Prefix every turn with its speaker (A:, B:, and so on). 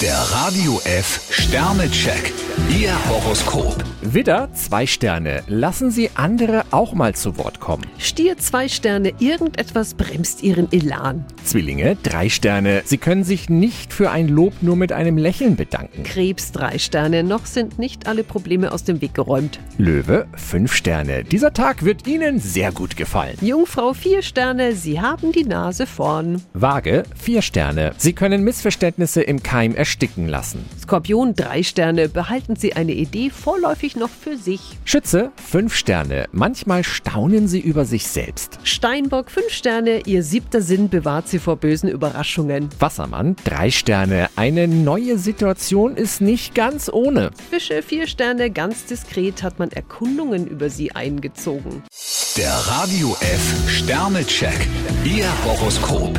A: Der Radio F Sternecheck. Ihr Horoskop.
B: Widder, zwei Sterne. Lassen Sie andere auch mal zu Wort kommen.
C: Stier zwei Sterne, irgendetwas bremst ihren Elan.
B: Zwillinge, drei Sterne. Sie können sich nicht für ein Lob nur mit einem Lächeln bedanken.
C: Krebs drei Sterne, noch sind nicht alle Probleme aus dem Weg geräumt.
B: Löwe, fünf Sterne. Dieser Tag wird Ihnen sehr gut gefallen.
C: Jungfrau vier Sterne, sie haben die Nase vorn.
B: Waage, vier Sterne. Sie können Missverständnisse im Keim ersticken lassen.
C: Skorpion drei Sterne, behalten Sie eine Idee vorläufig noch für sich.
B: Schütze, fünf Sterne. Manchmal staunen Sie über sich selbst.
C: Steinbock fünf Sterne, ihr siebter Sinn bewahrt sie vor bösen Überraschungen.
B: Wassermann, drei Sterne. Eine neue Situation ist nicht ganz ohne.
C: Fische vier Sterne, ganz diskret hat man Erkundungen über sie eingezogen.
A: Der Radio F Sternecheck. Ihr Horoskop.